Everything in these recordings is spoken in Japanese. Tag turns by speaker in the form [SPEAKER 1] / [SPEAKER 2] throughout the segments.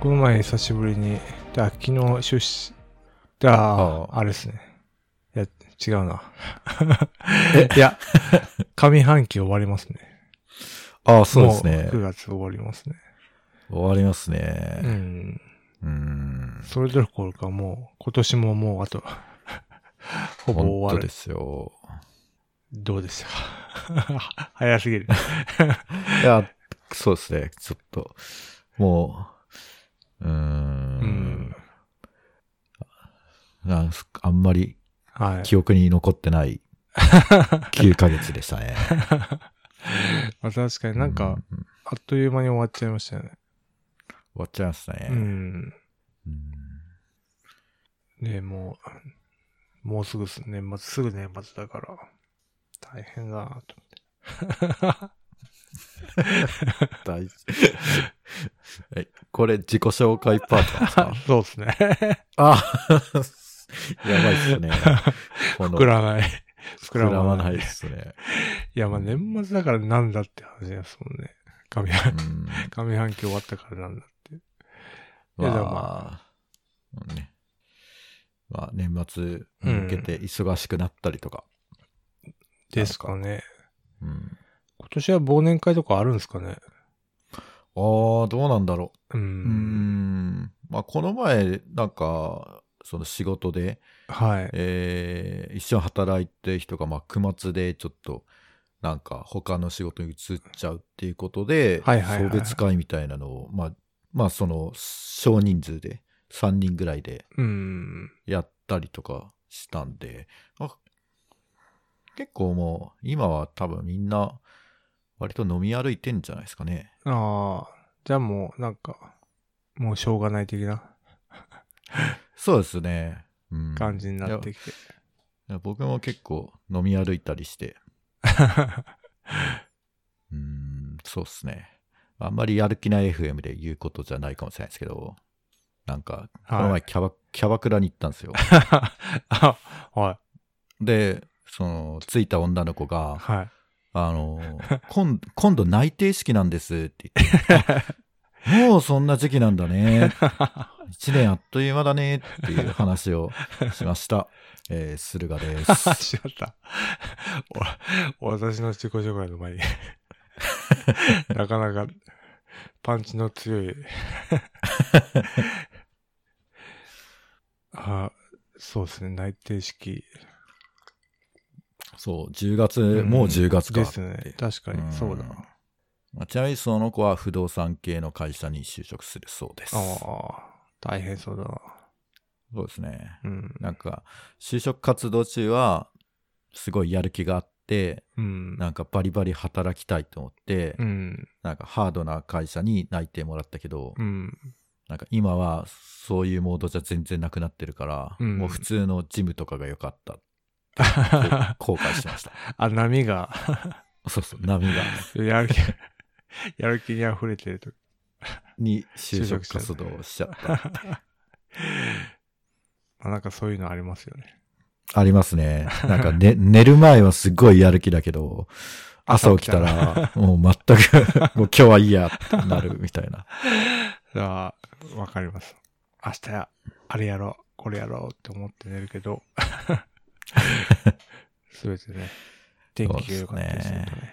[SPEAKER 1] この前久しぶりに、だ昨日出資、だ
[SPEAKER 2] あ
[SPEAKER 1] あれですね。いや、違うな。 いや、上半期終わりますね。
[SPEAKER 2] ああ、そうですね
[SPEAKER 1] も。9月終わりますね。
[SPEAKER 2] 終わります
[SPEAKER 1] う
[SPEAKER 2] ね。
[SPEAKER 1] ん。
[SPEAKER 2] うーん。
[SPEAKER 1] それどころかもう、今年ももう あと、ほぼ終
[SPEAKER 2] 本当
[SPEAKER 1] わ
[SPEAKER 2] で
[SPEAKER 1] る。
[SPEAKER 2] すよ。
[SPEAKER 1] どうでした 早すぎる。
[SPEAKER 2] いや、そうですね。ちょっと、もう、うーん。なんすあんまり
[SPEAKER 1] はい。
[SPEAKER 2] 記憶に残っ てない9ヶ月でしたね。
[SPEAKER 1] まあ確かに なんか、
[SPEAKER 2] う、終
[SPEAKER 1] あっという間に終わっちゃいましたよね。
[SPEAKER 2] わっちゃいましたね。
[SPEAKER 1] うん。
[SPEAKER 2] うん
[SPEAKER 1] で、もう、もうすぐす年末、すぐ年末だから、大変だなと。
[SPEAKER 2] 大えこれ自己紹介パートなんで すか
[SPEAKER 1] そうですね。
[SPEAKER 2] あ やばいっす ね。この
[SPEAKER 1] 膨らまない。膨
[SPEAKER 2] 膨らまない
[SPEAKER 1] い。
[SPEAKER 2] っ
[SPEAKER 1] い
[SPEAKER 2] すね。
[SPEAKER 1] や、まあ年末だからなんだって話ですもんね。上
[SPEAKER 2] う
[SPEAKER 1] 半
[SPEAKER 2] ん
[SPEAKER 1] 上半期終わったからなんだって。い
[SPEAKER 2] ま
[SPEAKER 1] や
[SPEAKER 2] あ、
[SPEAKER 1] でも
[SPEAKER 2] うんね。まあ、年末に向けて忙しくなったりとか。
[SPEAKER 1] ですかね。
[SPEAKER 2] うん
[SPEAKER 1] 今年は忘年会とかあるんですかね。
[SPEAKER 2] ああ、どうなんだろ
[SPEAKER 1] う
[SPEAKER 2] う。うー
[SPEAKER 1] ん。
[SPEAKER 2] ん。まあ、この前、なんか、その仕事で、
[SPEAKER 1] はい。
[SPEAKER 2] えー一緒に働いてる人が、まあ、9末でちょっと、なんか、他の仕事に移っちゃうっていうことで、
[SPEAKER 1] はいはいはいはい
[SPEAKER 2] 送別会みたいなのを、まあ、まあ、その、少人数で、3人ぐらいで
[SPEAKER 1] うん。
[SPEAKER 2] やったりとかしたんで、あ結構もう今は多分みんな割と飲み歩いてんじゃないですかね。
[SPEAKER 1] ああ。じゃあもう、なんか、もうしょうがない的な
[SPEAKER 2] そうですね。うん、
[SPEAKER 1] 感じになってきて。
[SPEAKER 2] いや僕も結構飲み歩いたりして、うん、そうですね。あんまりやる気ない FM で言うことじゃないかもしれないですけど、なんか、この
[SPEAKER 1] は
[SPEAKER 2] 前
[SPEAKER 1] い。
[SPEAKER 2] キャバ、キャバクラに行ったんですよ。
[SPEAKER 1] あ、は
[SPEAKER 2] で、その、着いた女の子
[SPEAKER 1] い。
[SPEAKER 2] が、
[SPEAKER 1] はい。
[SPEAKER 2] あのー今、今度内定式なんですって言って、あもうそんな時期なんだね。一年あっという間だねっていう話をしました。えー、駿河で す。
[SPEAKER 1] しまった。お私の自己紹介の 前に。なかなか、パンチの強 いあ。そうですね、内定式。
[SPEAKER 2] そう、10月、もう10月か
[SPEAKER 1] で
[SPEAKER 2] って。
[SPEAKER 1] すね。確かに、そうだ
[SPEAKER 2] ん。まあちなみにその子は不動産系の会社に就職するそうです。
[SPEAKER 1] ああ、大変そうだな。
[SPEAKER 2] そうですね。
[SPEAKER 1] うん。
[SPEAKER 2] なんか、就職活動中は、すごいやる気があって、
[SPEAKER 1] うん。
[SPEAKER 2] なんかバリバリ働きたいと思って、
[SPEAKER 1] うん。
[SPEAKER 2] なんかハードな会社に内定もらったけど、
[SPEAKER 1] うん。
[SPEAKER 2] なんか今はそういうモードじゃ全然なくなってるから、
[SPEAKER 1] うん
[SPEAKER 2] もう普通のジムとかが良かった ってこう後悔してました。
[SPEAKER 1] あ、波が、
[SPEAKER 2] そうそう、波 が。
[SPEAKER 1] やる気、 やる気に溢れてると。
[SPEAKER 2] に就職活動をしちゃった。
[SPEAKER 1] まあなんかそういうのありますよね。
[SPEAKER 2] ありますね。なんか、ね、寝る前はすごいやる気だけど、朝起きたら、もう全く、 もう今日はいいやってなるみたいな。
[SPEAKER 1] ああ、わかります。明日や、あれやろう、これやろうって思って寝るけ ど、すべてね、天気が良かったりすると
[SPEAKER 2] そうです
[SPEAKER 1] ね。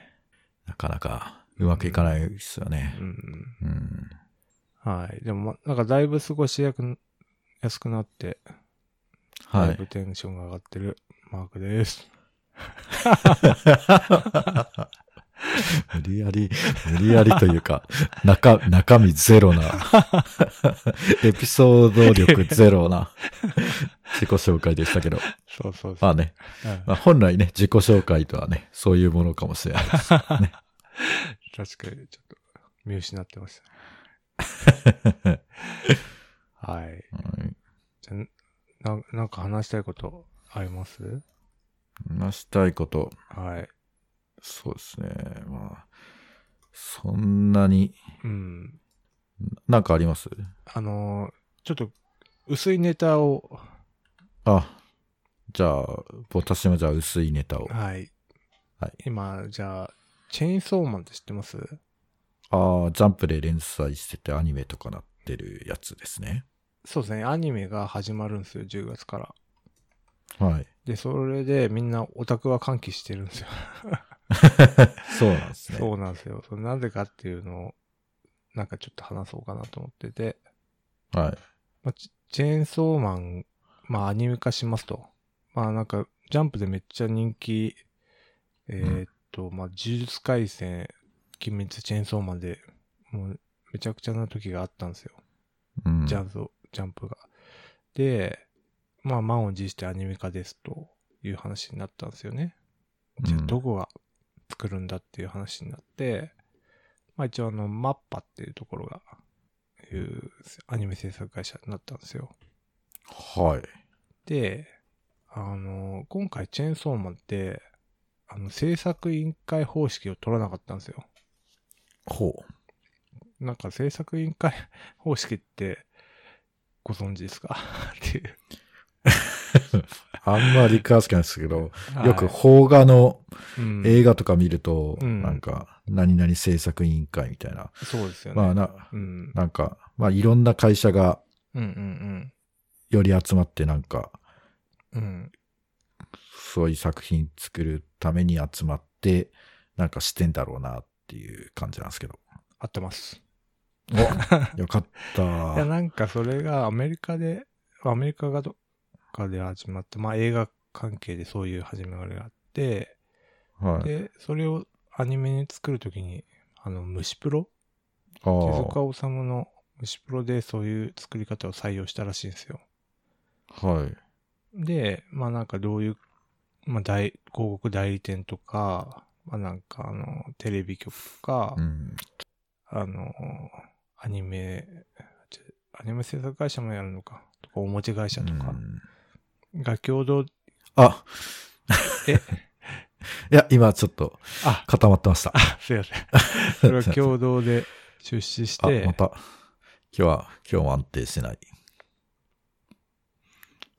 [SPEAKER 2] なかなかうまくいかないですよね
[SPEAKER 1] う。ん。
[SPEAKER 2] うん。
[SPEAKER 1] はい。でもま、なんかだいぶ過ごしやく安くなって、
[SPEAKER 2] は
[SPEAKER 1] だい
[SPEAKER 2] い
[SPEAKER 1] ぶ。テンションが上がってるマークです。
[SPEAKER 2] 無理やり、無理やりというか、中、中身ゼロな、エピソード力ゼロな、自己紹介でしたけど。
[SPEAKER 1] そうそうそ
[SPEAKER 2] ま
[SPEAKER 1] う。
[SPEAKER 2] あね、
[SPEAKER 1] うん
[SPEAKER 2] まあ、本来ね、自己紹介とはね、そういうものかもしれないです。
[SPEAKER 1] 確かに、ちょっと、見失ってました。はい。
[SPEAKER 2] うん
[SPEAKER 1] じゃあな、なんか話したいことあります
[SPEAKER 2] 話したいこと、
[SPEAKER 1] はい。
[SPEAKER 2] そうですね、まあ、そんなに、
[SPEAKER 1] うん。
[SPEAKER 2] なんかあります
[SPEAKER 1] あのーちょっと、薄いネタを、
[SPEAKER 2] あ、じゃあ、私もじゃあ薄いネタを。
[SPEAKER 1] はい。
[SPEAKER 2] はい
[SPEAKER 1] 今、じゃあ、チェーンソーマンって知ってます
[SPEAKER 2] ああ、ジャンプで連載しててアニメとかなっってるやつですね。
[SPEAKER 1] そうですね、アニメが始まるんですよ、10月から。
[SPEAKER 2] はい。
[SPEAKER 1] で、それでみんなオタクは歓喜してるんですよ。
[SPEAKER 2] そうなんですね。
[SPEAKER 1] そうなんですよ。それなぜかっていうのを、なんかちょっと話そうかなと思ってて、
[SPEAKER 2] はい。
[SPEAKER 1] まあ、チチェーンソーマン、まあアニメ化しますと。まあなんか、ジャンプでめっちゃ人気、えーっと、まあ呪術回戦、鬼滅チェーンソーマンで、もうめちゃくちゃな時があったんですよ。
[SPEAKER 2] うん、
[SPEAKER 1] ジャンプ、ジャンプが。で、まあ満を持してアニメ化ですという話になったんですよね。じゃあ
[SPEAKER 2] うん
[SPEAKER 1] どこが作るんだっていう話になって、まあ一応あの、マッパっていうところが、いうアニメ制作会社になったんですよ。
[SPEAKER 2] はい。
[SPEAKER 1] で、あの、今回チェーンソーマンって、あの、制作委員会方式を取らなかったんですよ。
[SPEAKER 2] ほ
[SPEAKER 1] なんか制作委員会方式ってご存知ですか っていう。
[SPEAKER 2] う。あんまり詳しくないですけど、よく
[SPEAKER 1] はい
[SPEAKER 2] 邦画の
[SPEAKER 1] うん
[SPEAKER 2] 映画とか見ると、
[SPEAKER 1] うん
[SPEAKER 2] なんか、何々制作委員会みたいな。
[SPEAKER 1] そうですよね。
[SPEAKER 2] まあな、
[SPEAKER 1] うん。
[SPEAKER 2] なんか、まあいろんな会社が
[SPEAKER 1] うんうん
[SPEAKER 2] より集まってなんか、
[SPEAKER 1] うん。うん。
[SPEAKER 2] そういう作品作るために集まって、なんかしてんだろうなっていう感じなんで すけど。
[SPEAKER 1] 合ってます。
[SPEAKER 2] およかっ
[SPEAKER 1] いや、
[SPEAKER 2] た。
[SPEAKER 1] なんかそれがアメリカで、アメリカがどっかで始まって、まあ映画関係でそういう始まりがあって、
[SPEAKER 2] はい。
[SPEAKER 1] で、それをアニメに作るときに、あの、虫プロ
[SPEAKER 2] ああ
[SPEAKER 1] 手塚治虫の虫プロでそういう作り方を採用したらしいんですよ。
[SPEAKER 2] はい。
[SPEAKER 1] で、まあなんかどういう、まあ大、広告代理店とか、まあなんかあの、テレビ局とか、
[SPEAKER 2] うん。
[SPEAKER 1] あの、アニメ、ちょアニメ制作会社もやるのか、とか、おもち会社とか
[SPEAKER 2] う、ん
[SPEAKER 1] が共同、
[SPEAKER 2] あ、
[SPEAKER 1] え、
[SPEAKER 2] いや、今ちょっと
[SPEAKER 1] あ、
[SPEAKER 2] 固まってました。
[SPEAKER 1] すいません。 それは共同で出資し
[SPEAKER 2] あ、
[SPEAKER 1] て
[SPEAKER 2] ま、た。今日は、今日も安定してない。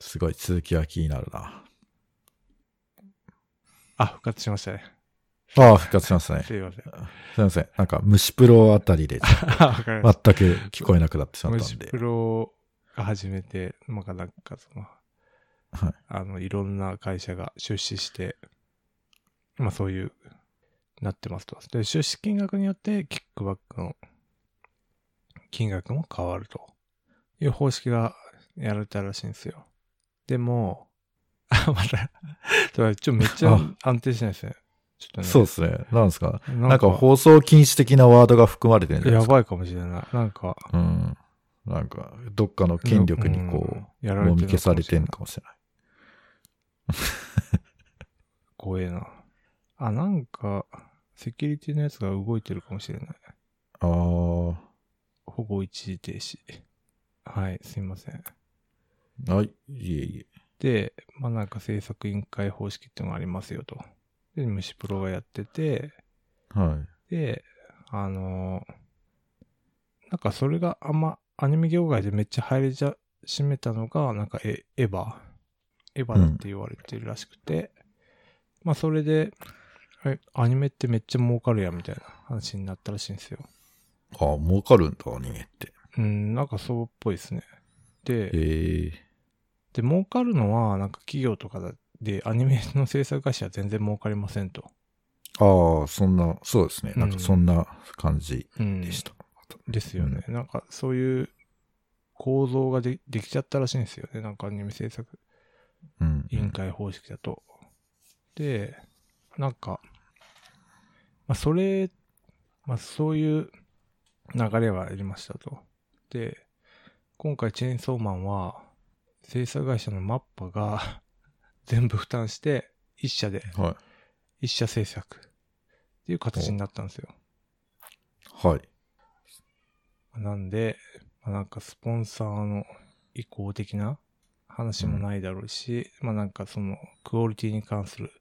[SPEAKER 2] すごい、続きは気になるな。
[SPEAKER 1] あ、復活しましたね。
[SPEAKER 2] ああ、復活しま したね。
[SPEAKER 1] すいません。
[SPEAKER 2] すいません。なんか、虫プロあた りで、
[SPEAKER 1] あわかりま
[SPEAKER 2] 全
[SPEAKER 1] し。
[SPEAKER 2] く聞こえなくなってしたまっ
[SPEAKER 1] ム
[SPEAKER 2] た
[SPEAKER 1] シ
[SPEAKER 2] んで
[SPEAKER 1] プ。ロが始めて、まあなんかその、
[SPEAKER 2] はい。
[SPEAKER 1] あの、いろんな会社が出資して、まあそういう、なってますと。で、出資金額によってキックバックの金額も変わるという方式がやられたらしいんですよ。でも、 あ、また、それちょ、めっちゃ
[SPEAKER 2] あ
[SPEAKER 1] 安定しないですね。ちょっとね。
[SPEAKER 2] そうですね。なんですか
[SPEAKER 1] なんか
[SPEAKER 2] なんか放送禁止的なワードが含まれてるんじゃな
[SPEAKER 1] や
[SPEAKER 2] いですか。
[SPEAKER 1] ばいかもしれない。なんか、
[SPEAKER 2] うん。なんか、どっかの権力にこう、
[SPEAKER 1] うんやられ
[SPEAKER 2] も
[SPEAKER 1] て
[SPEAKER 2] み消されて
[SPEAKER 1] る
[SPEAKER 2] る
[SPEAKER 1] の
[SPEAKER 2] の
[SPEAKER 1] か
[SPEAKER 2] かもしれない。
[SPEAKER 1] もしれない。怖えな。あ、なんか、セキュリティのやつが動いてるかもしれない。
[SPEAKER 2] ああ
[SPEAKER 1] ほぼ一時停止。はい、すいません。
[SPEAKER 2] ー、はい、いえいえ。
[SPEAKER 1] で、まあなんか制作委員会方式ってのがありますよと。で、虫プロがやってて、
[SPEAKER 2] はい。
[SPEAKER 1] で、あのーなんかそれがあんま、アニメ業界でめっちゃ入りじゃ、占めたのが、なんかエエヴァ。エヴァだって言われてるらしくて、まあそれで、えアニメってめっちゃ儲かるやんみたいな話になったらしいんですよ。
[SPEAKER 2] ああ、儲かるんだ、アニメって。
[SPEAKER 1] うん、なんかそうっぽいですね。で、
[SPEAKER 2] ええ
[SPEAKER 1] で、儲かるのは、なんか企業とかで、アニメの制作会社は全然儲かりませんと。
[SPEAKER 2] ああ、そんな、そうですね。なんかそんな感じでした。
[SPEAKER 1] ですよね。なんか、そういう構造がでできちゃったらしいんですよね。なんかアニメ制作
[SPEAKER 2] うん。
[SPEAKER 1] 委員会方式だと。で、なんか、まあ、それ、まあ、そういう流れはありましたと。で、今回チェーンソーマンは、制作会社のマッパが 全部負担して、一社で
[SPEAKER 2] は
[SPEAKER 1] 一社制作っていう形になったんですよ。
[SPEAKER 2] い。はい。
[SPEAKER 1] なんで、まあ、なんかスポンサーの意向的な話もないだろうし、まあなんかそのクオリティに関する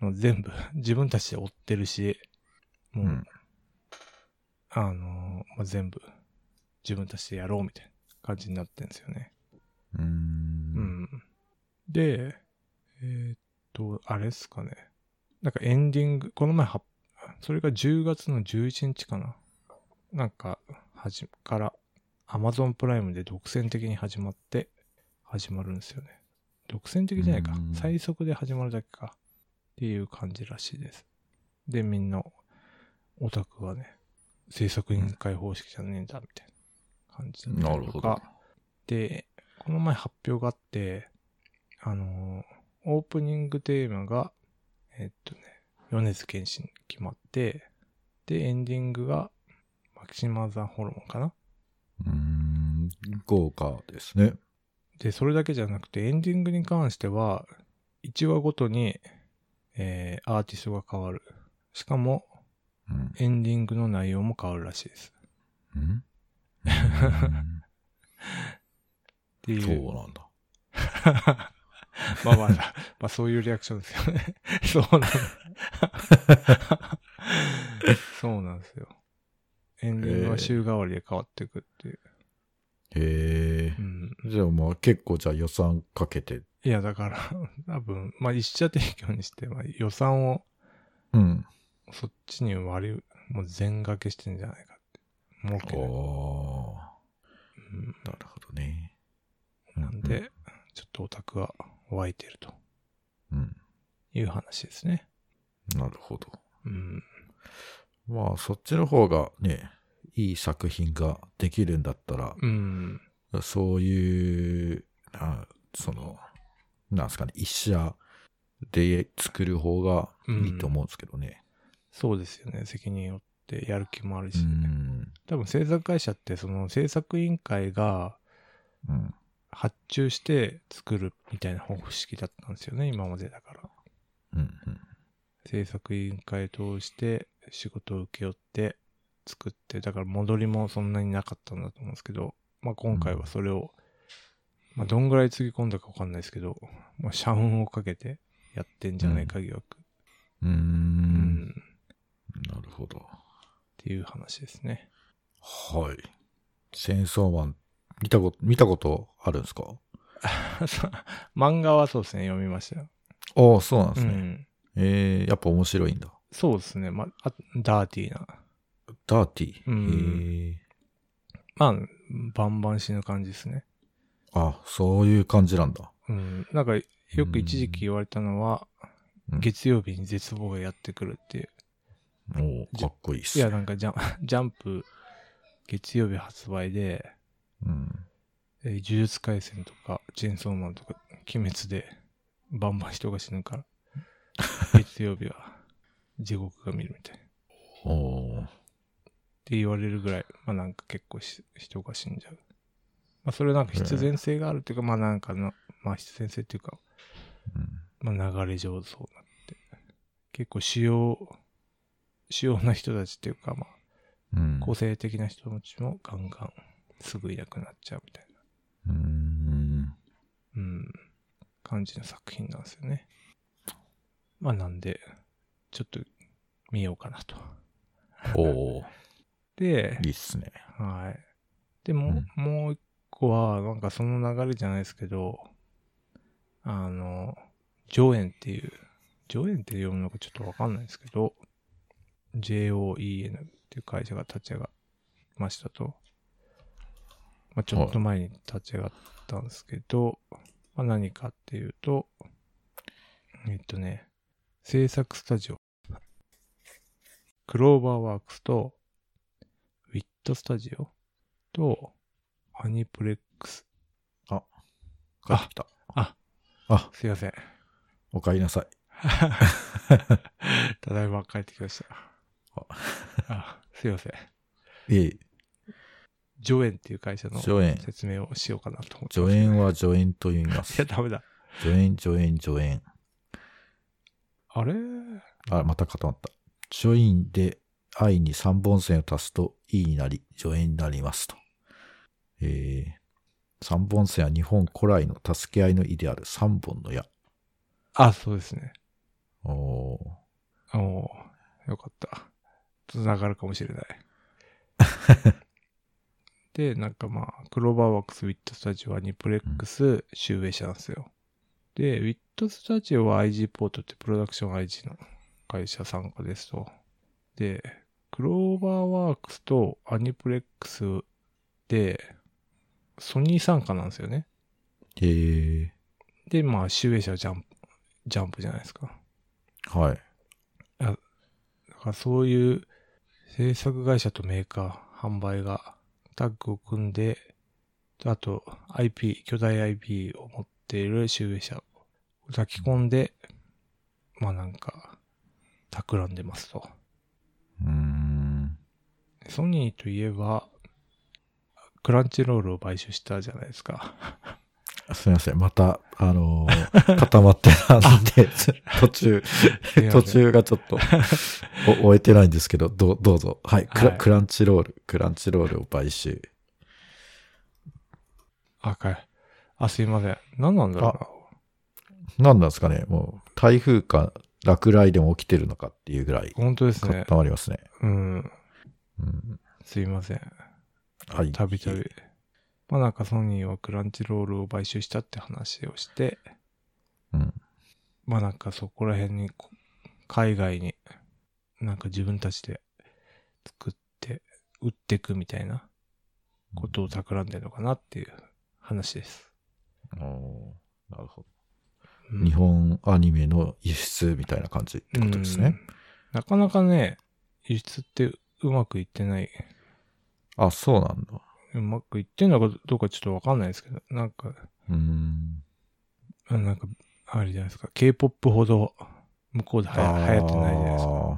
[SPEAKER 1] の全部 自分たちで追ってるし、もう、
[SPEAKER 2] うん
[SPEAKER 1] あのーまあ、全部自分たちでやろうみたいな感じになってんですよね。
[SPEAKER 2] うー。
[SPEAKER 1] うんん。で、えーっと、あれっすかね。なんかエンディング、この前は、それが10月の11日かな。なんか、はじ、から Amazon プライムで独占的に始まって、始まるんですよね。独占的じゃないか
[SPEAKER 2] う。ん
[SPEAKER 1] 最速で始まるだけか。っていう感じらしいです。で、みんな、オタクはね、制作委員会方式じゃねえんだ、みたいな感じだったりと
[SPEAKER 2] な
[SPEAKER 1] か
[SPEAKER 2] るほど。
[SPEAKER 1] で、この前発表があって、あのーオープニングテーマが、えっとね、米津玄師に決まって、で、エンディングが、マキシマザンホルモンかな
[SPEAKER 2] うーん、豪華ですね。
[SPEAKER 1] で、それだけじゃなくて、エンディングに関しては、1話ごとに、えーアーティストが変わる。しかも、
[SPEAKER 2] うん。
[SPEAKER 1] エンディングの内容も変わるらしいです。
[SPEAKER 2] うん うーん
[SPEAKER 1] ってい
[SPEAKER 2] そうなんだ。
[SPEAKER 1] まあまあ、まあそういうリアクションですよね。 そうなんだ。そうなんですよ。エンディングは週替わりで変わっていくっていう。
[SPEAKER 2] へえ
[SPEAKER 1] う。ん。
[SPEAKER 2] じゃあまあ結構じゃあ予算かけて。
[SPEAKER 1] いや、だから、多分、まあ一社提供にして、まあ予算を
[SPEAKER 2] うん。
[SPEAKER 1] そっちに割り、もう全掛けしてんじゃないかって。儲
[SPEAKER 2] ああ
[SPEAKER 1] けない。。
[SPEAKER 2] なるほどね。
[SPEAKER 1] うんなんで、ちょっとオタクは湧いてると
[SPEAKER 2] うん。うん。
[SPEAKER 1] いう話ですね。
[SPEAKER 2] なるほど。
[SPEAKER 1] うん。
[SPEAKER 2] まあそっちの方がね、いい作品ができるんだったら、
[SPEAKER 1] うん。
[SPEAKER 2] そういう、なその、なんですかね、一社で作る方がいいと思うんですけどね。
[SPEAKER 1] そうですよね。責任を負ってやる気もある
[SPEAKER 2] う
[SPEAKER 1] し。
[SPEAKER 2] ん。
[SPEAKER 1] 多分制作会社ってその制作委員会が
[SPEAKER 2] うん。
[SPEAKER 1] 発注して作るみたいな方式だったんですよね今までだから
[SPEAKER 2] うん。
[SPEAKER 1] 制作委員会通して仕事を請け負って作ってだから戻りもそんなになかったんだと思うんですけど、まあ、今回はそれを、まあ、どんぐらいつぎ込んだかわかんないですけど、まあ、社運をかけてやってんじゃないか疑惑、
[SPEAKER 2] うん。う。
[SPEAKER 1] うんんっ
[SPEAKER 2] なるほど。
[SPEAKER 1] ていう話ですね
[SPEAKER 2] はい。チェーンソーマン、見たこと、見たことあるんですか
[SPEAKER 1] 漫画はそうですね読みましたよ、
[SPEAKER 2] ああ、そうなんで
[SPEAKER 1] う
[SPEAKER 2] すね。
[SPEAKER 1] ん、
[SPEAKER 2] えー、やっぱ面白いんだ。
[SPEAKER 1] そうですね、まあ、あダーティーな
[SPEAKER 2] ダーティー。
[SPEAKER 1] うん
[SPEAKER 2] へえ。
[SPEAKER 1] まあ、バンバン死ぬ感じですね。
[SPEAKER 2] あ、そういう感じなんだ。
[SPEAKER 1] うん。なんか、よく一時期言われたのは、
[SPEAKER 2] うん
[SPEAKER 1] 月曜日に絶望がやってくるっていう。
[SPEAKER 2] おおかっこいいっす。
[SPEAKER 1] いや、なんかジャン、 ジャンプ、月曜日発売で、
[SPEAKER 2] うん。
[SPEAKER 1] えー呪術廻戦とか、チェーンソーマンとか、鬼滅で、バンバン人が死ぬ から、月曜日は地獄が見るみたい。っ
[SPEAKER 2] おおー
[SPEAKER 1] て言われるぐらい、まあなんか結構し人が死んじゃう。まあそれはなんか必然性があるっていうか、まあなんかの、まあ必然性っていうか、
[SPEAKER 2] うん。
[SPEAKER 1] まあ、流れ上そうなって。結構主要、主要な人たちっていうか、まあ、
[SPEAKER 2] うん
[SPEAKER 1] 個性的な人たちもガンガンすぐいなくなっちゃうみたいな、
[SPEAKER 2] うーん。
[SPEAKER 1] うん、感じの作品なんですよね。まあ、なんで、ちょっと見ようかなと。
[SPEAKER 2] おー
[SPEAKER 1] で、
[SPEAKER 2] いいっすね。
[SPEAKER 1] はい。でも、もう一個は、なんかその流れじゃないですけど、あの、上演っていう、上演って読むのかちょっとわかんないですけど、JOEN っていう会社が立ち上がりましたと。まあ、ちょっと前に立ち上がったんですけど、まあ、何かっていうと、えっとね、制作スタジオ、クローバーワークスと、ウィットスタジオと、アニプレックス。
[SPEAKER 2] 帰ってきた。
[SPEAKER 1] あ、
[SPEAKER 2] あ、
[SPEAKER 1] すい ません。
[SPEAKER 2] おかえりなさい。
[SPEAKER 1] ただいま帰ってきました。あ、すいません。
[SPEAKER 2] いえ、
[SPEAKER 1] ジョエンっていう会社の
[SPEAKER 2] 助演。
[SPEAKER 1] 説明をしようかなと思って。
[SPEAKER 2] 助演は助演と言いま
[SPEAKER 1] いや、
[SPEAKER 2] す。
[SPEAKER 1] ダメだ。
[SPEAKER 2] 助演、助演、助演。
[SPEAKER 1] あれ
[SPEAKER 2] あ、また固まった。助演で愛に三本線を足すと E になり、助演になりますと。えー、三本線は日本古来の助け合いの意である三本の矢。
[SPEAKER 1] あ、そうですね。
[SPEAKER 2] おー
[SPEAKER 1] おおよかった。繋がるかもしれない。で、なんかまあ、クローバーワークス、ウィットスタジオはニプレックス、集英社なんですよ。で、ウィットスタジオは IG ポートってプロダクション IG の会社参加ですと。で、クローバーワークスとアニプレックスって、ソニー参加なんですよね。
[SPEAKER 2] へえ。
[SPEAKER 1] で、まあ、集英社はジャンプ、ジャンプじゃないですか。
[SPEAKER 2] はい。
[SPEAKER 1] だからそういう制作会社とメーカー、販売がタッグを組んで、あと IP、巨大 IP を持っている集英社を抱き込んで、まあなんか、企んでますと。
[SPEAKER 2] うーん。
[SPEAKER 1] ソニーといえば、クランチロールを買収したじゃないですか。
[SPEAKER 2] すみません。また、あのー 固まってたんで、途中、途中がちょっと、お終えてないんですけど、どうどうぞ。はいクラ、
[SPEAKER 1] はい
[SPEAKER 2] クランチロール、クランチロールを買収。
[SPEAKER 1] あ、かい。あ、すいません。何なんだろうな。
[SPEAKER 2] 何なんですかねもう、台風か落雷でも起きてるのかっていうぐらい、
[SPEAKER 1] 本当です
[SPEAKER 2] 固
[SPEAKER 1] ね。
[SPEAKER 2] まりますね。
[SPEAKER 1] うん。
[SPEAKER 2] うん、
[SPEAKER 1] すいません。
[SPEAKER 2] はい。
[SPEAKER 1] たびたび。まあなんかソニーはクランチロールを買収したって話をして、
[SPEAKER 2] うん。
[SPEAKER 1] まあなんかそこら辺にこ、海外に、なんか自分たちで作って、売っていくみたいなことを企んでるのかなっていう話です。
[SPEAKER 2] おーなるほ
[SPEAKER 1] う
[SPEAKER 2] ど。
[SPEAKER 1] ん
[SPEAKER 2] 日本アニメの輸出みたいな感じってことですね。
[SPEAKER 1] うんなかなかね、輸出ってうまくいってない。
[SPEAKER 2] あ、そうなんだ。
[SPEAKER 1] うまくいってんのかどうかちょっとわかんないですけど、なんか、
[SPEAKER 2] うーん。
[SPEAKER 1] あなんか、あれじゃないですか。K-POP ほど向こうではや流行ってないじゃないですか。
[SPEAKER 2] あー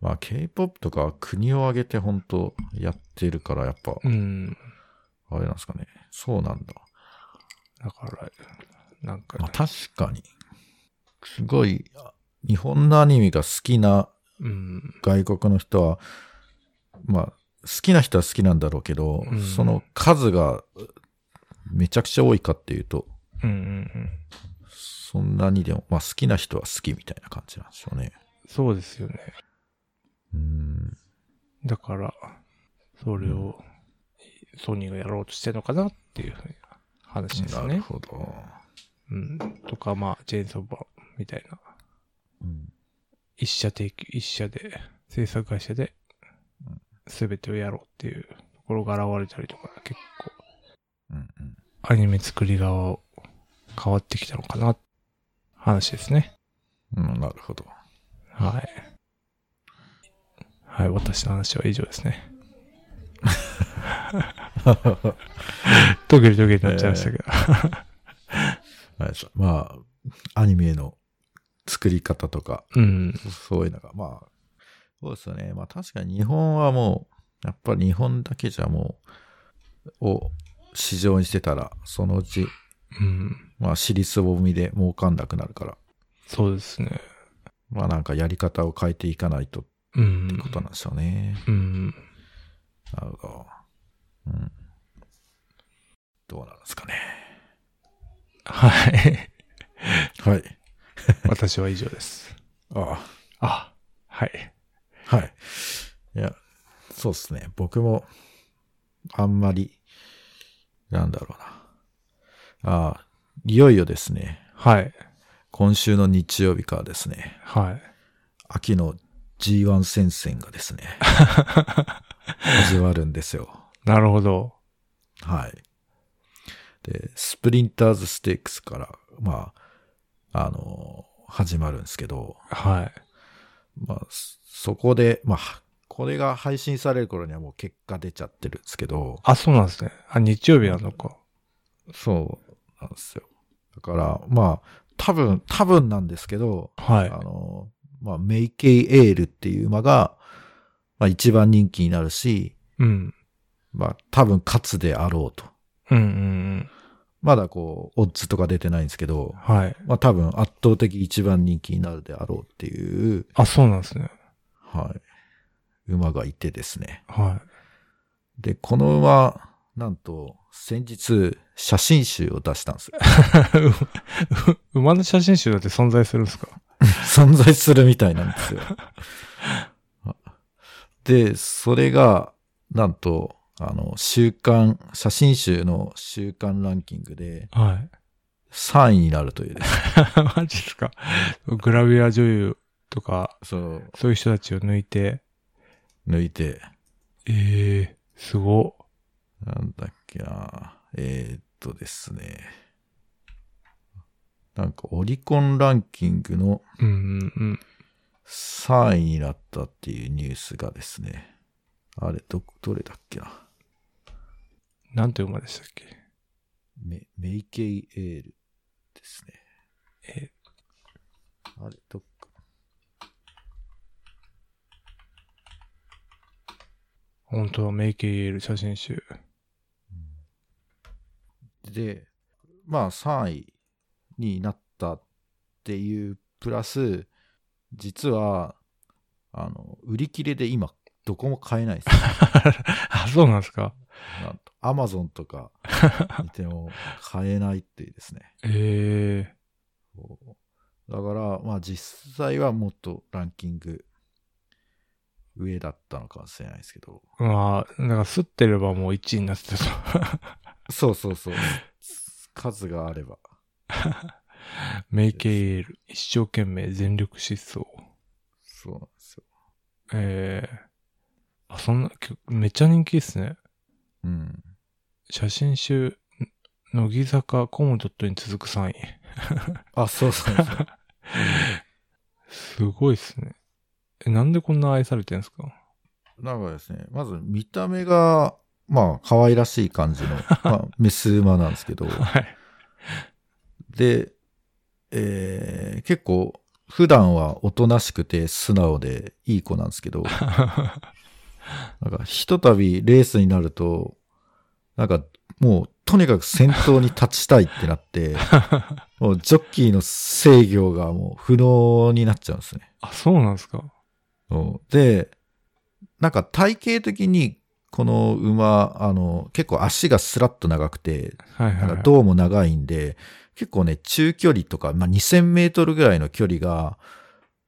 [SPEAKER 2] まあ、K-POP とかは国を挙げて本当やってるから、やっぱ、
[SPEAKER 1] うん。
[SPEAKER 2] あれなんですかね。そうなんだ。
[SPEAKER 1] だから、なんか、
[SPEAKER 2] まあ、確かに。すごい、日本のアニメが好きな
[SPEAKER 1] うん。
[SPEAKER 2] 外国の人は、まあ、好きな人は好きなんだろうけど、
[SPEAKER 1] うん
[SPEAKER 2] その数がめちゃくちゃ多いかっていうと、
[SPEAKER 1] うんうんうん。
[SPEAKER 2] そんなにでも、まあ好きな人は好きみたいな感じなんでしょうね。
[SPEAKER 1] そうですよね。
[SPEAKER 2] うん。
[SPEAKER 1] だから、それをソニーがやろうとしてるのかなっていうふうな話です
[SPEAKER 2] なる
[SPEAKER 1] ね。
[SPEAKER 2] ほど。
[SPEAKER 1] うん。とか、まあ、ジェーンソーバーみたいな。
[SPEAKER 2] うん。
[SPEAKER 1] 一社提供、一社で、制作会社で、全てをやろうっていうところが現れたりとか、結構、
[SPEAKER 2] うんうん。
[SPEAKER 1] アニメ作り側を変わってきたのかな、話ですね。
[SPEAKER 2] うん、なるほど。
[SPEAKER 1] はい。はい、私の話は以上ですね。トゲリトゲリになっちゃいましたけど。
[SPEAKER 2] あれですまあ、アニメの作り方とか、
[SPEAKER 1] うん。
[SPEAKER 2] そういうのが、まあ、そうですよね。まあ確かに日本はもう、やっぱり日本だけじゃもう、を市場にしてたら、そのうち、
[SPEAKER 1] うん。
[SPEAKER 2] まあ尻すぼみで儲かんなくなるから、
[SPEAKER 1] そうですね。
[SPEAKER 2] まあなんかやり方を変えていかないとっ
[SPEAKER 1] う
[SPEAKER 2] て
[SPEAKER 1] ん
[SPEAKER 2] こ。となんですよね。
[SPEAKER 1] うん。
[SPEAKER 2] なるほど。うん。どうなんですかね。
[SPEAKER 1] はい。
[SPEAKER 2] はい。
[SPEAKER 1] 私は以上です。
[SPEAKER 2] あ
[SPEAKER 1] あ、はい。
[SPEAKER 2] あ、はい。いや、そうですね。僕も、あんまり、なんだろうな。ああ、いよいよですね。
[SPEAKER 1] はい。
[SPEAKER 2] 今週の日曜日からですね。
[SPEAKER 1] はい。
[SPEAKER 2] 秋の G1 戦線がですね。始まるんですよ。
[SPEAKER 1] なるほど。
[SPEAKER 2] はい。で、スプリンターズステークスから、まあ、あの始まるんですけど、
[SPEAKER 1] は
[SPEAKER 2] まあ、そそこで、まあ、これが配信される頃にはもう結果出ちゃってるんですけど、
[SPEAKER 1] あ、そうなんですね。あ、日曜日なのか。
[SPEAKER 2] そうなんですよ。だから、まあ、多分、多分なんですけど、
[SPEAKER 1] はい
[SPEAKER 2] あ。の、まあ、メイケイエールっていう馬が、まあ、一番人気になるし、
[SPEAKER 1] うん。
[SPEAKER 2] まあ、多分勝つであろうと。
[SPEAKER 1] うんうんうん。
[SPEAKER 2] まだこう、オッズとか出てないんですけど、
[SPEAKER 1] はい。
[SPEAKER 2] まあ多分圧倒的一番人気になるであろうっていう、
[SPEAKER 1] あ、そうなんですね。
[SPEAKER 2] はい、馬がいてですね。
[SPEAKER 1] は
[SPEAKER 2] で、この馬、なんと、先日、写真集を出したんですよ。
[SPEAKER 1] い。うう 馬の写真集だって存在するんですか
[SPEAKER 2] 存在するみたいなんですよ。 で、それが、なんと、あの、週刊、写真集の週刊ランキングで
[SPEAKER 1] はい。
[SPEAKER 2] 3位になるというですね。
[SPEAKER 1] マジですか。グラビア女優とか、
[SPEAKER 2] その、
[SPEAKER 1] そういう人たちを抜いて、
[SPEAKER 2] 抜いて、
[SPEAKER 1] ええすご。
[SPEAKER 2] なんだっけな。えーっとですね。なんかオリコンランキングの
[SPEAKER 1] うんうん
[SPEAKER 2] 3位になったっていうニュースがですね。あれ、ど、どれだっけな。
[SPEAKER 1] うん。なんて馬でしたっけ
[SPEAKER 2] メメイケイエールですね。
[SPEAKER 1] え
[SPEAKER 2] あれ、どっか。
[SPEAKER 1] 本当はメイケイエール写真集。
[SPEAKER 2] で、まあ3位になったっていうプラス、実は、あの、売り切れで今、どこも買えないです。
[SPEAKER 1] あ、そうなんですか
[SPEAKER 2] なんと、アマゾンとかにても買えないっていうですね。
[SPEAKER 1] え
[SPEAKER 2] こうだから、まあ実際はもっとランキング上だったのかもしれないですけど。
[SPEAKER 1] えまあ、なんか吸ってればもう1位にな ってたと。
[SPEAKER 2] そうそうそう。 数があれば。
[SPEAKER 1] メイケイエール、一生懸命全力疾走。
[SPEAKER 2] そうなんですよ。
[SPEAKER 1] ええあ、そんな、きめっちゃ人気ですね。
[SPEAKER 2] うん。
[SPEAKER 1] 写真集、ん乃木坂、コムドットに続く3位。
[SPEAKER 2] あ、そうそうそう。
[SPEAKER 1] すごいっすね。え、なんでこんな愛されてんすか
[SPEAKER 2] なんかですね、まず見た目が、まあ、可愛らしい感じの、まあ、メス馬なんですけど、
[SPEAKER 1] はい。
[SPEAKER 2] で、えー結構、普段はおとなしくて素直でいい子なんですけど、なんか、ひとたびレースになると、なんか、もう、とにかく先頭に立ちたいってなって、もう、ジョッキーの制御がもう、不能になっちゃうんですね。
[SPEAKER 1] あ、そうなんですか
[SPEAKER 2] そうで、なんか体型的にこの馬、あの、結構足がスラッと長くて、
[SPEAKER 1] はいはい、
[SPEAKER 2] な
[SPEAKER 1] は
[SPEAKER 2] んか
[SPEAKER 1] い。
[SPEAKER 2] 胴も長いんで、結構ね、中距離とか、まあ、2000メートルぐらいの距離が、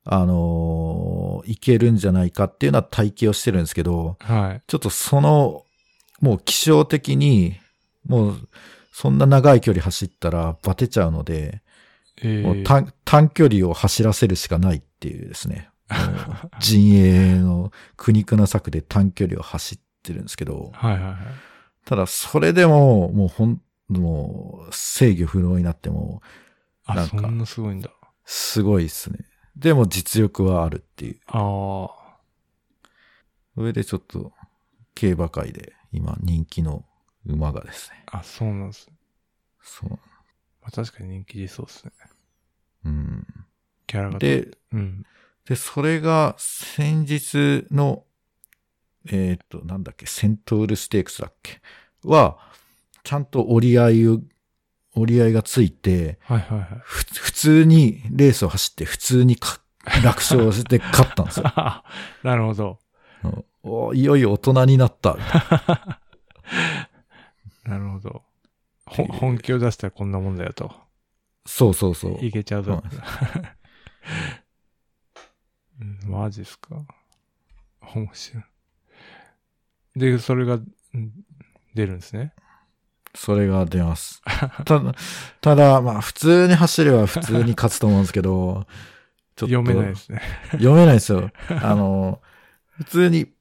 [SPEAKER 2] あのーいけるんじゃないかっていうような体型をしてるんですけど、
[SPEAKER 1] はい。
[SPEAKER 2] ちょっとその、もう気象的に、もう、そんな長い距離走ったらバテちゃうので、
[SPEAKER 1] え
[SPEAKER 2] もう
[SPEAKER 1] ー
[SPEAKER 2] 短短距離を走らせるしかないっていうですね、もう陣営の苦肉な策で短距離を走ってるんですけど、
[SPEAKER 1] はいはいはい。
[SPEAKER 2] ただそれでも、もうほん、もう制御不能になっても、な
[SPEAKER 1] あ、
[SPEAKER 2] ん
[SPEAKER 1] そ
[SPEAKER 2] か
[SPEAKER 1] んなすごいんだ。
[SPEAKER 2] すごいですね。でも実力はあるっていう。
[SPEAKER 1] ああ。
[SPEAKER 2] それでちょっと、競馬界で今人気の馬がですね。
[SPEAKER 1] あ、そうなんですね。
[SPEAKER 2] そう。
[SPEAKER 1] まあ、確かに人気出そうですね。
[SPEAKER 2] うん。
[SPEAKER 1] キャラが。
[SPEAKER 2] で、
[SPEAKER 1] うん。
[SPEAKER 2] で、それが先日の、えーっ、と、なんだっけ、セントウルステークスだっけは、ちゃんと折り合いを、折り合いがついて、
[SPEAKER 1] はいはいはい。
[SPEAKER 2] ふ普通にレースを走って、普通にか楽勝して勝ったんですよ。
[SPEAKER 1] あ なるほど。
[SPEAKER 2] うんおいよいよ大人になった。
[SPEAKER 1] なるほど。ほ
[SPEAKER 2] っていう
[SPEAKER 1] 本気を出したらこんなもんだよと。
[SPEAKER 2] そうそうそう。
[SPEAKER 1] いけちゃうぞ
[SPEAKER 2] そう。
[SPEAKER 1] うんマジっすか。面白い。で、それがん出るんですね。
[SPEAKER 2] それが出ます。 ただ、ただ、まあ、普通に走れば普通に勝つと思うんです けど、ちょっと
[SPEAKER 1] 読めないですね。
[SPEAKER 2] 読めないですよ。あの、普通に、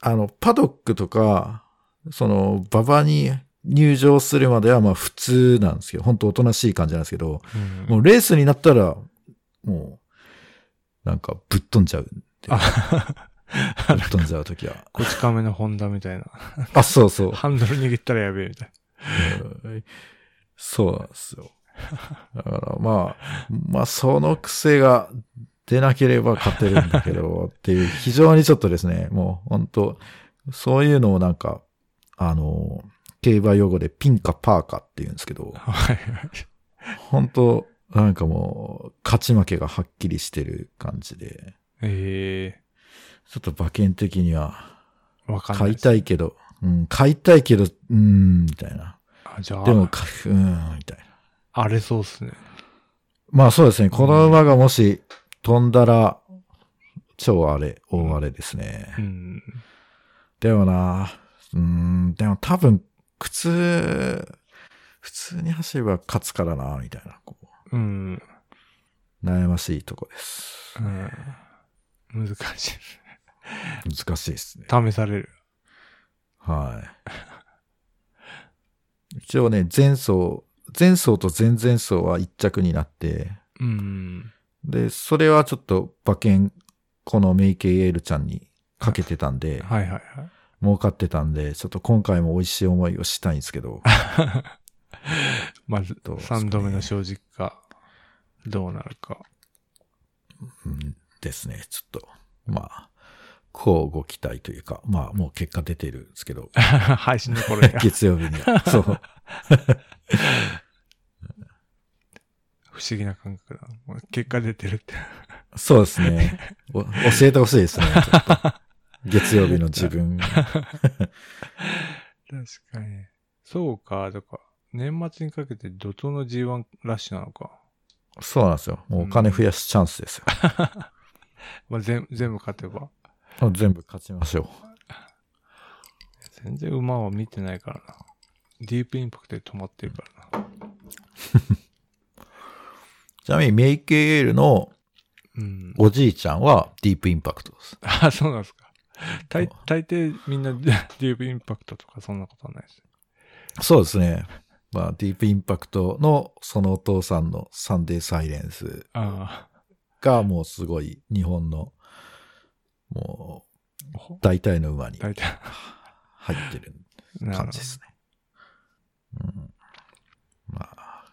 [SPEAKER 2] あの、パドックとか、その、馬場に入場するまでは、まあ普通なんですけど、本当おとなしい感じなんですけど、
[SPEAKER 1] うん
[SPEAKER 2] もうレースになったら、もう、なんかぶっ飛 んじゃう。
[SPEAKER 1] あ
[SPEAKER 2] ぶっ飛んじゃうときは。
[SPEAKER 1] こち亀のホンダみたいな。
[SPEAKER 2] あ、そうそう。
[SPEAKER 1] ハンドル握ったらやべえみたい
[SPEAKER 2] うんそうなんですよ。だからまあ、まあその癖が出なければ勝てるんだけどっていう、非常にちょっとですね、 もう本当そういうのをなんか、あの、競馬用語でピンかパーかって言うんですけど
[SPEAKER 1] な。、はい はい。
[SPEAKER 2] 本当なんかもう、勝ち負けがはっきりしてる感じで、
[SPEAKER 1] え
[SPEAKER 2] ちょっと馬券的には、
[SPEAKER 1] えわかんない
[SPEAKER 2] 買い
[SPEAKER 1] です。
[SPEAKER 2] たいけど、うん、買いたいけど、うん、みたいな。
[SPEAKER 1] あ、じゃあ、
[SPEAKER 2] でも、かうん、みたいな。
[SPEAKER 1] 荒れそうっすね。
[SPEAKER 2] まあそうですね。この馬がもし飛んだら、超あれ、
[SPEAKER 1] ん
[SPEAKER 2] 大あれですね。
[SPEAKER 1] うん。
[SPEAKER 2] でもな、うーん、でも多分、普通、普通に走れば勝つからな、みたいな、こ
[SPEAKER 1] うん。
[SPEAKER 2] う、悩ましいとこです。
[SPEAKER 1] うん、難しい。
[SPEAKER 2] 難しいですね。
[SPEAKER 1] 試される。
[SPEAKER 2] はい。 一応ね、前走、前走と前々走は一着になって、
[SPEAKER 1] うん。
[SPEAKER 2] で、それはちょっと馬券、このメイケイエールちゃんにかけてたんで、
[SPEAKER 1] はいはいはい。
[SPEAKER 2] 儲かってたんで、ちょっと今回も美味しい思いをしたいんですけど、
[SPEAKER 1] まず、
[SPEAKER 2] どうですかね
[SPEAKER 1] 3度目の正直か、どうなるか。
[SPEAKER 2] うんですね、ちょっと、まあ、こうご期待というか、まあもう結果出てるんですけど、
[SPEAKER 1] 配信の頃には
[SPEAKER 2] 月曜日には。そう。
[SPEAKER 1] 不思議な感覚だ。もう結果出てるって。
[SPEAKER 2] そうですね。お教えてほしいですね。ちょっと月曜日の自分。
[SPEAKER 1] 確かに。そうか、だから、年末にかけて怒涛の G1 ラッシュなのか。
[SPEAKER 2] そうなんですよ。もうお金増やすチャンスですよ。
[SPEAKER 1] まあ、全全部勝てば。
[SPEAKER 2] もう全部勝ちましょ
[SPEAKER 1] 全然馬は見てないからな。ディープインパクトで止まってるからな。
[SPEAKER 2] う。ちなみにメイケイエールの
[SPEAKER 1] うん。
[SPEAKER 2] おじいちゃんはディープインパクトです。
[SPEAKER 1] あ、そうなんですか。大大抵みんなディープインパクトとかそんなことはないです。
[SPEAKER 2] そうですね。まあ、ディープインパクトのそのお父さんのサンデーサイレンス
[SPEAKER 1] あ
[SPEAKER 2] がもうすごい日本のもう
[SPEAKER 1] あ。ほ
[SPEAKER 2] 大体の馬に
[SPEAKER 1] 大体。
[SPEAKER 2] 入ってる
[SPEAKER 1] なる
[SPEAKER 2] 感
[SPEAKER 1] ほ
[SPEAKER 2] じ
[SPEAKER 1] ど
[SPEAKER 2] ですね。うん、まあ、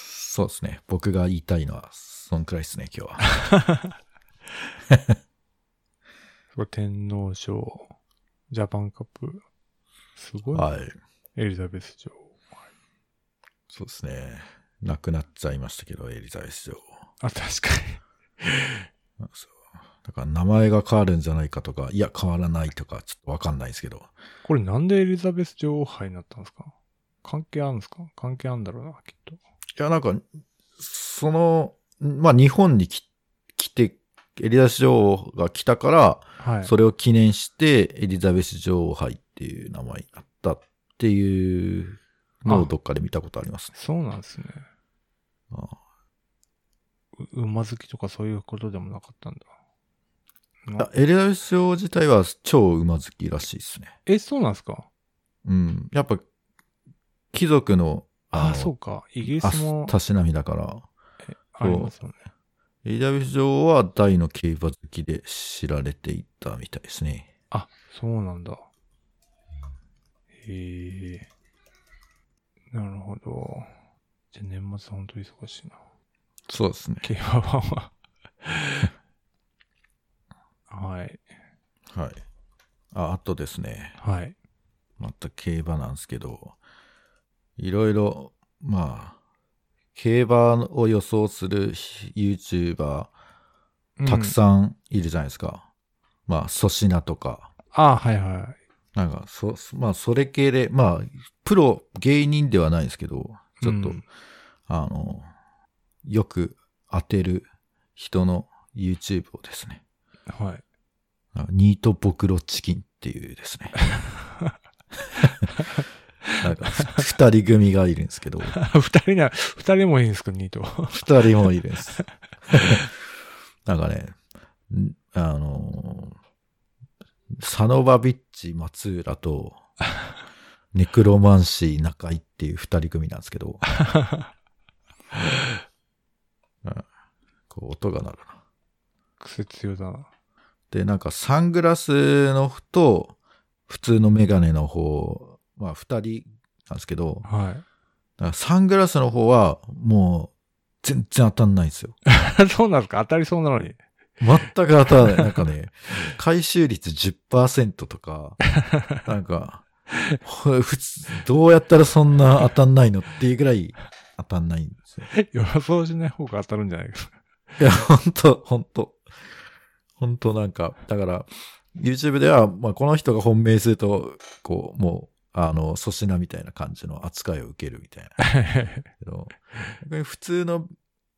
[SPEAKER 2] そうですね。僕が言いたいのは、そんくらいですね、今日は。
[SPEAKER 1] すごい天皇賞、ジャパンカップ。すごい。
[SPEAKER 2] はい。
[SPEAKER 1] エリザベス女王。
[SPEAKER 2] そうですね。亡くなっちゃいましたけど、エリザベス女王。
[SPEAKER 1] あ、確か
[SPEAKER 2] そうだから名前が変わるんじゃないかとか、いや、変わらないとか、ちょっとわかんないですけど。
[SPEAKER 1] に。これなんでエリザベス女王杯になったんですか関係あるんですか関係あるんだろうな、きっと。
[SPEAKER 2] いや、なんか、その、まあ、日本にき来て、エリザベス女王が来たから、
[SPEAKER 1] はい。
[SPEAKER 2] それを記念して、エリザベス女王杯っていう名前になったっていうのをどっかで見たことありますね。
[SPEAKER 1] そうなんですね。
[SPEAKER 2] あ
[SPEAKER 1] う馬好きとかそういうことでもなかったんだ。
[SPEAKER 2] あエリザベス女王自体は超馬好きらしいですね。
[SPEAKER 1] え、そうなんですか
[SPEAKER 2] うん。やっぱ、貴族の、
[SPEAKER 1] あ
[SPEAKER 2] の
[SPEAKER 1] そうか。イギリ
[SPEAKER 2] あ
[SPEAKER 1] スも
[SPEAKER 2] たしなみだから、
[SPEAKER 1] ありますよね。
[SPEAKER 2] エリザベス女王は大の競馬好きで知られていたみたいですね。
[SPEAKER 1] あ、そうなんだ。へえ。なるほど。じゃあ年末本当に忙しいな。
[SPEAKER 2] そうですね。
[SPEAKER 1] 競馬版は。はい。
[SPEAKER 2] はい。あ、あとですね、
[SPEAKER 1] はい。
[SPEAKER 2] また競馬なんですけど、いろいろ、まあ、競馬を予想する YouTuber、たく
[SPEAKER 1] ん。
[SPEAKER 2] さんいるじゃないですか。まあ、粗品とか。
[SPEAKER 1] あ、はいは
[SPEAKER 2] なんか、そ、そまあ、それ系で、まあ、プロ、芸人ではないですけど、
[SPEAKER 1] い。
[SPEAKER 2] ちょっと、
[SPEAKER 1] うん
[SPEAKER 2] あの、よく当てる人の YouTube をですね、
[SPEAKER 1] はい。
[SPEAKER 2] なんかニートボクロチキンっていうですね。なんか、ふ 二人組がいるんですけど、
[SPEAKER 1] 二人な、二人もいいんですか、ニート。
[SPEAKER 2] 二人もいるんです。なんかね、んあのーサノバビッチ松浦と、ネクロマンシー中井っていう二人組なんですけど、うんこう音が鳴るな。
[SPEAKER 1] 癖強だな。
[SPEAKER 2] で、なんかサングラスのと、普通のメガネの方、まあ二人なんですけど、
[SPEAKER 1] は
[SPEAKER 2] だからサングラスの方はもう全然当たんないんですよ。
[SPEAKER 1] い。 そうなんですか当たりそうなのに。
[SPEAKER 2] 全く当たら ない。なんかね、回収率10%とか、なんか、 ほ普通、どうやったらそんな当たんないのっていうぐらい当たんないんですよ。
[SPEAKER 1] 予想しない方が当たるんじゃないですか。
[SPEAKER 2] いや、ほんと、ほんと。ほんとなんか、だから、YouTube では、まあ、この人が本命すると、こう、もう、あの、粗品みたいな感じの扱いを受けるみたいな。けど、逆に普通の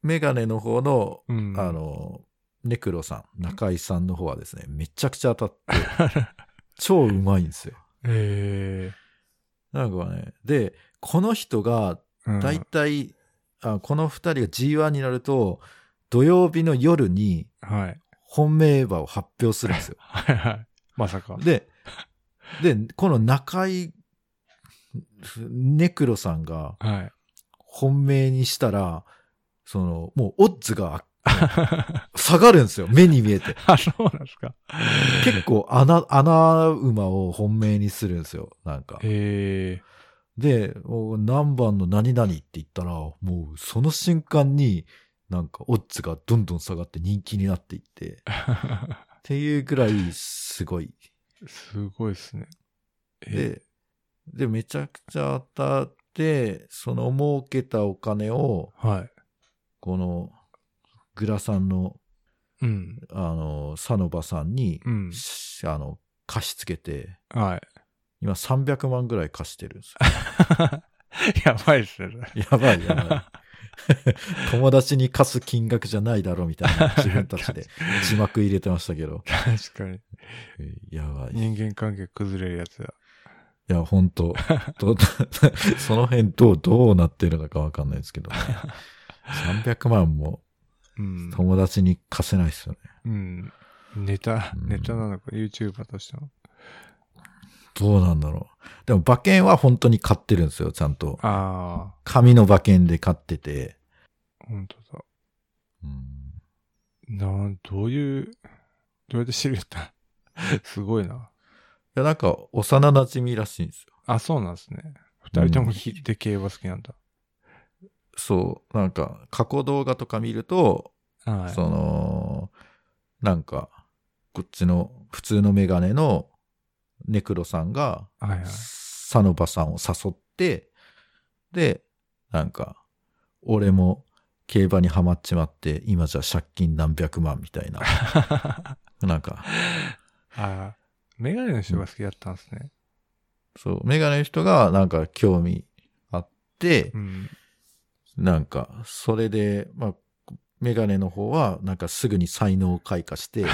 [SPEAKER 2] メガネの方の
[SPEAKER 1] うん。
[SPEAKER 2] あ、の、ネクロさん、中井さんの方はですね、めちゃくちゃ当たって、 超うまいんですよ。
[SPEAKER 1] え
[SPEAKER 2] なんかね、で、この人が、
[SPEAKER 1] えー。
[SPEAKER 2] 大体、あこの二人が G1 になると、土曜日の夜に
[SPEAKER 1] うん。はい。
[SPEAKER 2] 本命馬を発表するんですよ。
[SPEAKER 1] はいはい。まさか。
[SPEAKER 2] で、で、この中井ネクロさんが
[SPEAKER 1] はい。
[SPEAKER 2] 本命にしたら、その、もうオッズが下がるんですよ。目に見えて。
[SPEAKER 1] あ、そうなんですか。
[SPEAKER 2] 結構穴、穴馬を本命にするんですよ。なんか。
[SPEAKER 1] へえ。
[SPEAKER 2] で、お何番の何々って言ったら、もうその瞬間に、なんかオッズがどんどん下がって人気になっていって、っていうぐらいすごい。
[SPEAKER 1] すごいですね。え
[SPEAKER 2] で、で、めちゃくちゃ当たって、その儲けたお金を、
[SPEAKER 1] は
[SPEAKER 2] この、グラさんの、
[SPEAKER 1] い。うん。
[SPEAKER 2] あの、サノバさんに、
[SPEAKER 1] うん。
[SPEAKER 2] しあの、貸し付けて、
[SPEAKER 1] はい。
[SPEAKER 2] 今300万ぐらい貸してるんですよ
[SPEAKER 1] やばいですね。それ
[SPEAKER 2] やばいや ばい。友達に貸す金額じゃないだろみた いな自分たちで字幕入れてましたけど。
[SPEAKER 1] 確かに。
[SPEAKER 2] えーやばい。い
[SPEAKER 1] 人間関係崩れるやつだ。
[SPEAKER 2] や、本当ど その辺どう、どうなってるのかわかんないですけ ど、ね。300万も
[SPEAKER 1] うん。
[SPEAKER 2] 友達に貸せないですよね。
[SPEAKER 1] うん。ネタ、
[SPEAKER 2] うん
[SPEAKER 1] ネタなのか、YouTuber としての。
[SPEAKER 2] どうなんだろう。でも馬券は本当に買ってるんですよ、ちゃんと。
[SPEAKER 1] あ
[SPEAKER 2] 紙の馬券で買ってて。
[SPEAKER 1] あ、本当だ。
[SPEAKER 2] うん
[SPEAKER 1] なん、どういう、どうやって知り合った すごいな。
[SPEAKER 2] いや、なんか、幼馴染みらしいんですよ。
[SPEAKER 1] あ、そうなんですね。二人と
[SPEAKER 2] う
[SPEAKER 1] も
[SPEAKER 2] ん
[SPEAKER 1] ひで競馬好きなんだ。
[SPEAKER 2] そう、なんか、過去動画とか見ると、
[SPEAKER 1] はい。
[SPEAKER 2] その、なんか、こっちの普通のメガネのネクロさんが、
[SPEAKER 1] はいはい。
[SPEAKER 2] サノバさんを誘って、で、なんか、俺も競馬にハマっちまって、今じゃ借金何百万みたいな、
[SPEAKER 1] あ
[SPEAKER 2] なんか、
[SPEAKER 1] あ、メガネの人が好きだったんですね。
[SPEAKER 2] そう、メガネの人がなんか興味あって
[SPEAKER 1] う、ん。
[SPEAKER 2] なんか、それで、まあ、メガネの方は、なんかすぐに才能を開花して、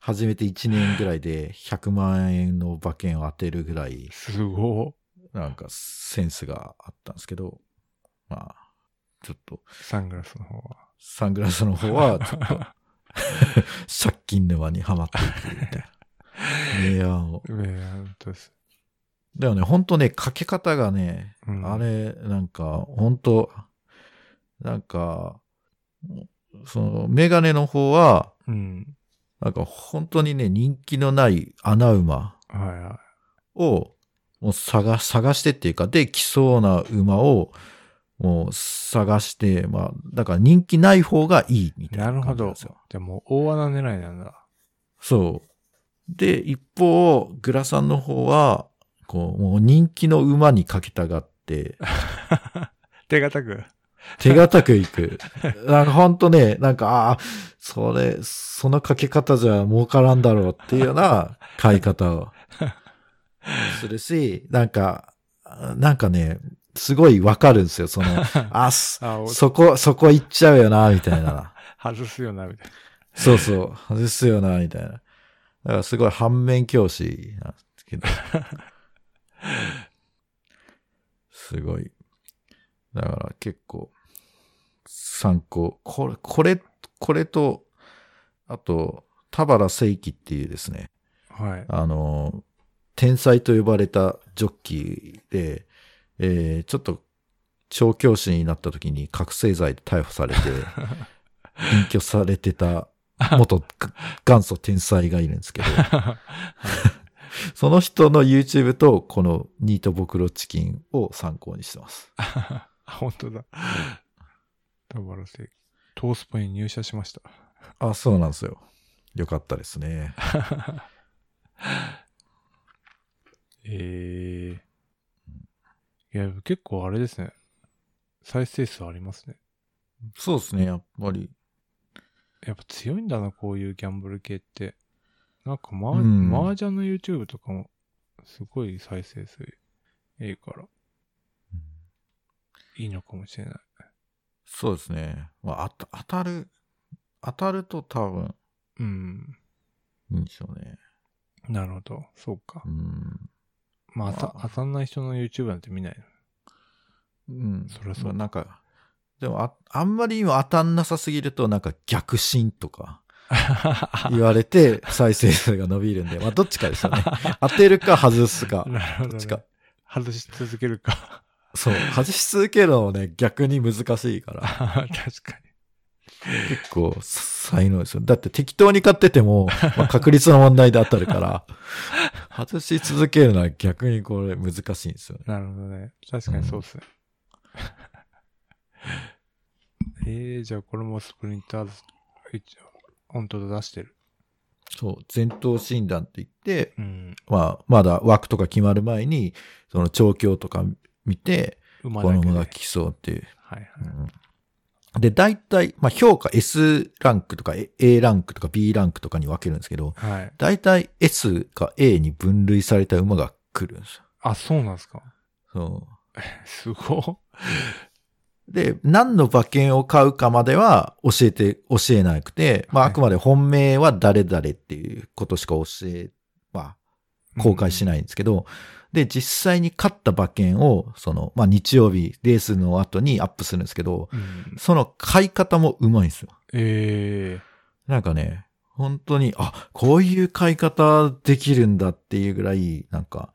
[SPEAKER 2] 初めて1年ぐらいで100万円の馬券を当てるぐらい、
[SPEAKER 1] すごい。
[SPEAKER 2] なんかセンスがあったんですけど、まあ、ちょっと、
[SPEAKER 1] サングラスの方は。
[SPEAKER 2] サングラスの方 は、ちょっと、借金沼にはまっていくみたいな。いや、も
[SPEAKER 1] ええ、本当です。
[SPEAKER 2] うでもね、ほんとね、かけ方がね、
[SPEAKER 1] うん
[SPEAKER 2] あれ、なんか、本当なんか、その、メガネの方は、
[SPEAKER 1] うん。
[SPEAKER 2] なんか本当にね、人気のない穴馬
[SPEAKER 1] はいは
[SPEAKER 2] を、もう探、探してっていうか、で、来そうな馬を、もう探して、まあ、だから人気ない方がいいみ
[SPEAKER 1] い。
[SPEAKER 2] たい
[SPEAKER 1] なる
[SPEAKER 2] な
[SPEAKER 1] ほ
[SPEAKER 2] 感じなん
[SPEAKER 1] ど
[SPEAKER 2] ですよ。。
[SPEAKER 1] じゃあもう大穴狙いなんだ。
[SPEAKER 2] そう。で、一方、グラさんの方は、こう、もう人気の馬にかけたがって、
[SPEAKER 1] 手堅く。
[SPEAKER 2] 手堅くいく。なんかほんとね、なんか、ああ、それ、そのかけ方じゃ儲からんだろうっていうような買い方をするし、なんか、なんかね、すごいわかるんですよ。その、あ、そ
[SPEAKER 1] あ、お
[SPEAKER 2] そこ、そこ行っちゃうよな、みたいな。
[SPEAKER 1] 外すよな、みたい
[SPEAKER 2] そうそう、外すよな、みたいな。だからすごい反面教師なんですけど。すごい。だから結構、参考。これ、これ、これと、あと、田原誠輝っていうですね、
[SPEAKER 1] な。はい。
[SPEAKER 2] あの、天才と呼ばれたジョッキーで、えーちょっと、調教師になった時に覚醒剤で逮捕されて、隠居されてた元が元祖天才がいるんですけど、その人の YouTube とこのニートボクロチキンを参考にしてます。
[SPEAKER 1] あ、本当だ。田原正義。トースポに入社しました。
[SPEAKER 2] あ、そうなんですよ。よかったですね。
[SPEAKER 1] ええいや、結構あれですね。再生数ありますね。
[SPEAKER 2] そうですね、やっぱり。
[SPEAKER 1] やっぱ強いんだな、こういうギャンブル系って。なんかマー、
[SPEAKER 2] うん
[SPEAKER 1] マージャンの YouTube とかも、すごい再生数いいから、いいのかもしれない。
[SPEAKER 2] そうですね。まあ、あた当たる、当たると多分
[SPEAKER 1] うん。
[SPEAKER 2] いいんでしょうね。
[SPEAKER 1] なるほど。そうか
[SPEAKER 2] う。ん。
[SPEAKER 1] まあ、当た
[SPEAKER 2] まあ
[SPEAKER 1] 当たんない人の YouTube なんて見ないの。
[SPEAKER 2] うん。
[SPEAKER 1] そりゃそう
[SPEAKER 2] まあなんか、でもあ、あんまりにも当たんなさすぎると、なんか逆進とか 言われて、再生数が伸びるんで、まあどっちかですよね。当てるか外すか。
[SPEAKER 1] なるほど、ね。
[SPEAKER 2] どっちか。
[SPEAKER 1] 外し続けるか。
[SPEAKER 2] そう、外し続けるのもね、逆に難しいから。
[SPEAKER 1] 確か
[SPEAKER 2] 結構、才能ですよ。だって適当に買ってても、まあ確率の問題で当たるから、外し続けるのは逆にこれ難しいんですよね。
[SPEAKER 1] に。なるほどね。確かにそうっすね。 えー、じゃあこれもスプリンターズ、一応本当だ出してる。
[SPEAKER 2] そう、前頭診断って言って、
[SPEAKER 1] うん。
[SPEAKER 2] まあ、まだ枠とか決まる前に、その調教とか見て、
[SPEAKER 1] 馬
[SPEAKER 2] こ
[SPEAKER 1] だ
[SPEAKER 2] の
[SPEAKER 1] けで、
[SPEAKER 2] 馬
[SPEAKER 1] ね。
[SPEAKER 2] が効きそうっていう。
[SPEAKER 1] はいはい。
[SPEAKER 2] うん、で、大体、まあ評価 S ランクとか A- A ランクとか B ランクとかに分けるんですけど、
[SPEAKER 1] はい。
[SPEAKER 2] 大体 S か A に分類された馬が来るんですよ。
[SPEAKER 1] あ、そうなんですか。
[SPEAKER 2] そう
[SPEAKER 1] すごっ。
[SPEAKER 2] で、何の馬券を買うかまでは教えて、教えなくて、まあ、
[SPEAKER 1] はい
[SPEAKER 2] あくまで本命は誰々っていうことしか教え、まあ、公開し
[SPEAKER 1] い。
[SPEAKER 2] ないんですけど、で、実際に勝った馬券を、その、まあ、日曜日、レースの後にアップするんですけど、
[SPEAKER 1] うん、
[SPEAKER 2] その買い方もうまいんですよ。
[SPEAKER 1] え
[SPEAKER 2] なんかね、本当に、あ、こういう買い方できるんだっていうぐらい、なんか、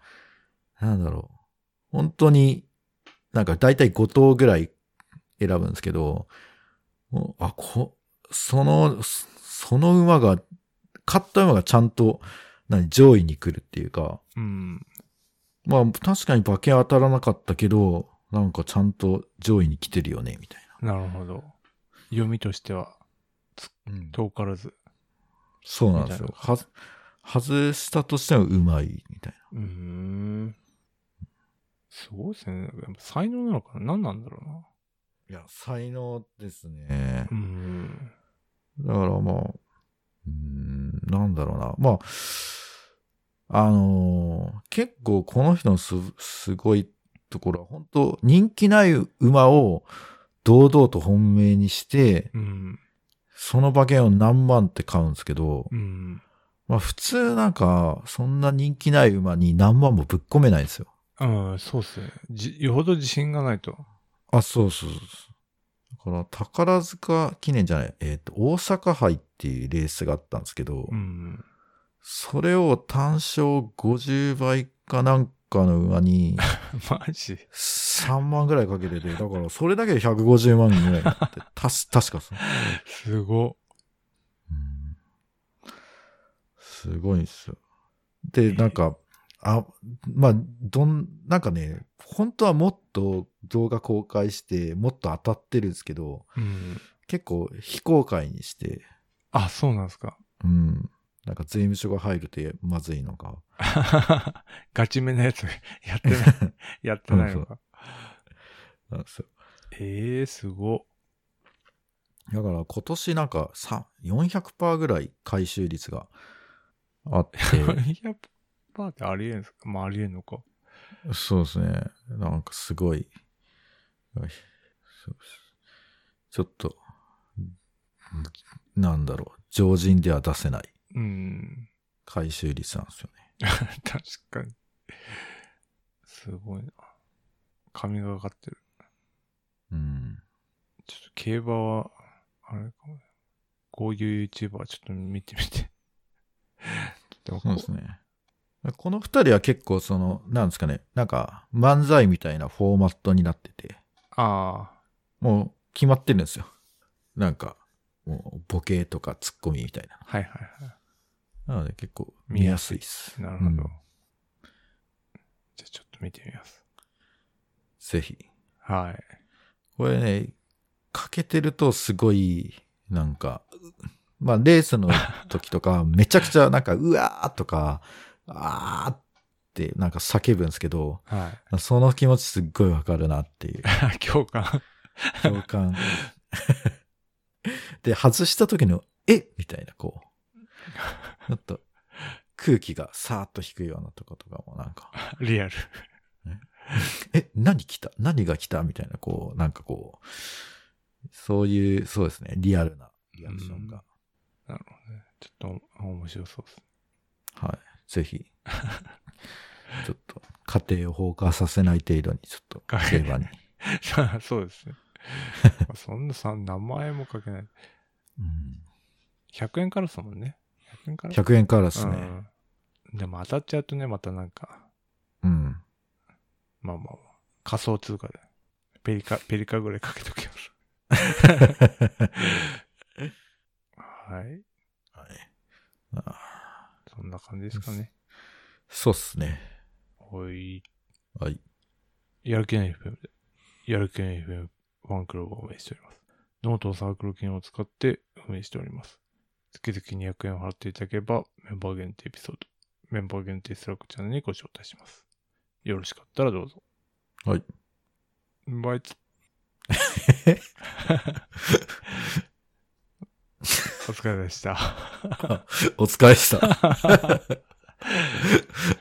[SPEAKER 2] なんだろう。本当に、なんか大体5頭ぐらい選ぶんですけど、もうあ、こ、その、そその馬が、勝った馬がちゃんと、何、上位に来るっていうか、
[SPEAKER 1] ー、うん。
[SPEAKER 2] まあ確かに馬券当たらなかったけど、なんかちゃんと上位に来てるよね、みたい
[SPEAKER 1] なるほど。読みとしては
[SPEAKER 2] な。うん
[SPEAKER 1] 遠からず。
[SPEAKER 2] そうなんですよ。
[SPEAKER 1] み
[SPEAKER 2] はず、外したとしてもうまい、みたいな。
[SPEAKER 1] うーん。すごいですね。やっぱ才能なのかな何なんだろうな。
[SPEAKER 2] いや、才能ですね
[SPEAKER 1] う。ん。
[SPEAKER 2] だからまあ、うーん、なんだろうな。まあ、あのー結構この人のす、すごいところは、本当人気ない馬を堂々と本命にして、
[SPEAKER 1] うん。
[SPEAKER 2] その馬券を何万って買うんですけど
[SPEAKER 1] う、ん。
[SPEAKER 2] まあ普通なんか、そんな人気ない馬に何万もぶっ込めないんですよ。
[SPEAKER 1] うん、そうっすね。じ、よほど自信がないと。
[SPEAKER 2] あ、そうそうそうそう。だから、宝塚記念じゃない、えっ、と、大阪杯っていうレースがあったんですけど、
[SPEAKER 1] うん。
[SPEAKER 2] それを単勝50倍かなんかの馬 に
[SPEAKER 1] マジ
[SPEAKER 2] 3万ぐらいかけてて、だからそれだけで150万ぐらいになって、たす、確かそう。
[SPEAKER 1] すご
[SPEAKER 2] うんすごいんですよ。で、なんか、あ、まあ、どん、なんかね、本当はもっと動画公開して、もっと当たってるんですけど、
[SPEAKER 1] っ。うん。
[SPEAKER 2] 結構非公開にして、
[SPEAKER 1] あ、そうなんですか。
[SPEAKER 2] うん。なんか税務署が入るてまずいのか。
[SPEAKER 1] ガチめなやつ、 やってない、 やってないのか。
[SPEAKER 2] なんですよ
[SPEAKER 1] ええー、すご。
[SPEAKER 2] だから今年なんかさ400%ぐらい回収率があって、
[SPEAKER 1] 400%ってありえんすかまあ、ありえんのか。
[SPEAKER 2] そうですね。なんかすごい。そうですちょっと、なんだろう、常人では出せない
[SPEAKER 1] うん。
[SPEAKER 2] 回収率なんですよね。
[SPEAKER 1] 確かに。すごいな。神がかかってる。
[SPEAKER 2] うん。
[SPEAKER 1] ちょっと競馬は、あれかもね。こういう YouTuber ちょっと見てみて。でもこ
[SPEAKER 2] そうですね。この二人は結構その、なんですかね、なんか漫才みたいなフォーマットになってて、
[SPEAKER 1] ああ、
[SPEAKER 2] もう決まってるんですよ。なんか、もうボケとかツッコミみたいな。
[SPEAKER 1] はいはいは
[SPEAKER 2] なので結構
[SPEAKER 1] 見
[SPEAKER 2] 見
[SPEAKER 1] や
[SPEAKER 2] や
[SPEAKER 1] す
[SPEAKER 2] す
[SPEAKER 1] い
[SPEAKER 2] いです。
[SPEAKER 1] い。なるほど。
[SPEAKER 2] うん
[SPEAKER 1] じゃあちょっと見てみます。
[SPEAKER 2] ぜひ。
[SPEAKER 1] はい。
[SPEAKER 2] これね、かけてるとすごい、なんか、まあレースの時とか、 めちゃくちゃなんか、うわーとか、あーってなんか叫ぶんですけど、
[SPEAKER 1] はい。
[SPEAKER 2] その気持ちすっごいわかるなっていう
[SPEAKER 1] 共感。
[SPEAKER 2] 共感。 で、外した時の、えみたいな、こう、ちょっと空気がさーっと引くようなとことかもなんか、
[SPEAKER 1] リアル。
[SPEAKER 2] え、何来た何が来たみたいな、こう、なんかこう、そういう、そうですね、リアルなリアクションが。
[SPEAKER 1] ちょっと面白そうです。
[SPEAKER 2] はい。ぜひ、ちょっと、家庭を放火させない程度に、ちょっと、競馬に。
[SPEAKER 1] さあそうです ね。 まあそんなさ、名前も書けない。
[SPEAKER 2] うん
[SPEAKER 1] 100円からですもんね。100円から
[SPEAKER 2] 100円からで
[SPEAKER 1] です
[SPEAKER 2] ね。
[SPEAKER 1] でも当たっちゃうとね、またなんか、
[SPEAKER 2] うん。
[SPEAKER 1] まあまあまあ。仮想通貨で。ペリカ、ペリカぐらいかけときます。はい。
[SPEAKER 2] はいあ
[SPEAKER 1] そんな感じですかね。
[SPEAKER 2] そうっすね。
[SPEAKER 1] ほい。
[SPEAKER 2] はい。
[SPEAKER 1] やる気ない FM で。やる気ない FM ファンクラブを運営しております。ノートをサークル券を使って運営しております。月々200円を払っていただければ、メンバー限定エピソード、メンバー限定スラックチャンネルにご招待します。よろしかったらどうぞ。
[SPEAKER 2] はい。
[SPEAKER 1] バイ ツ。お疲れ様でした。
[SPEAKER 2] お疲れでした。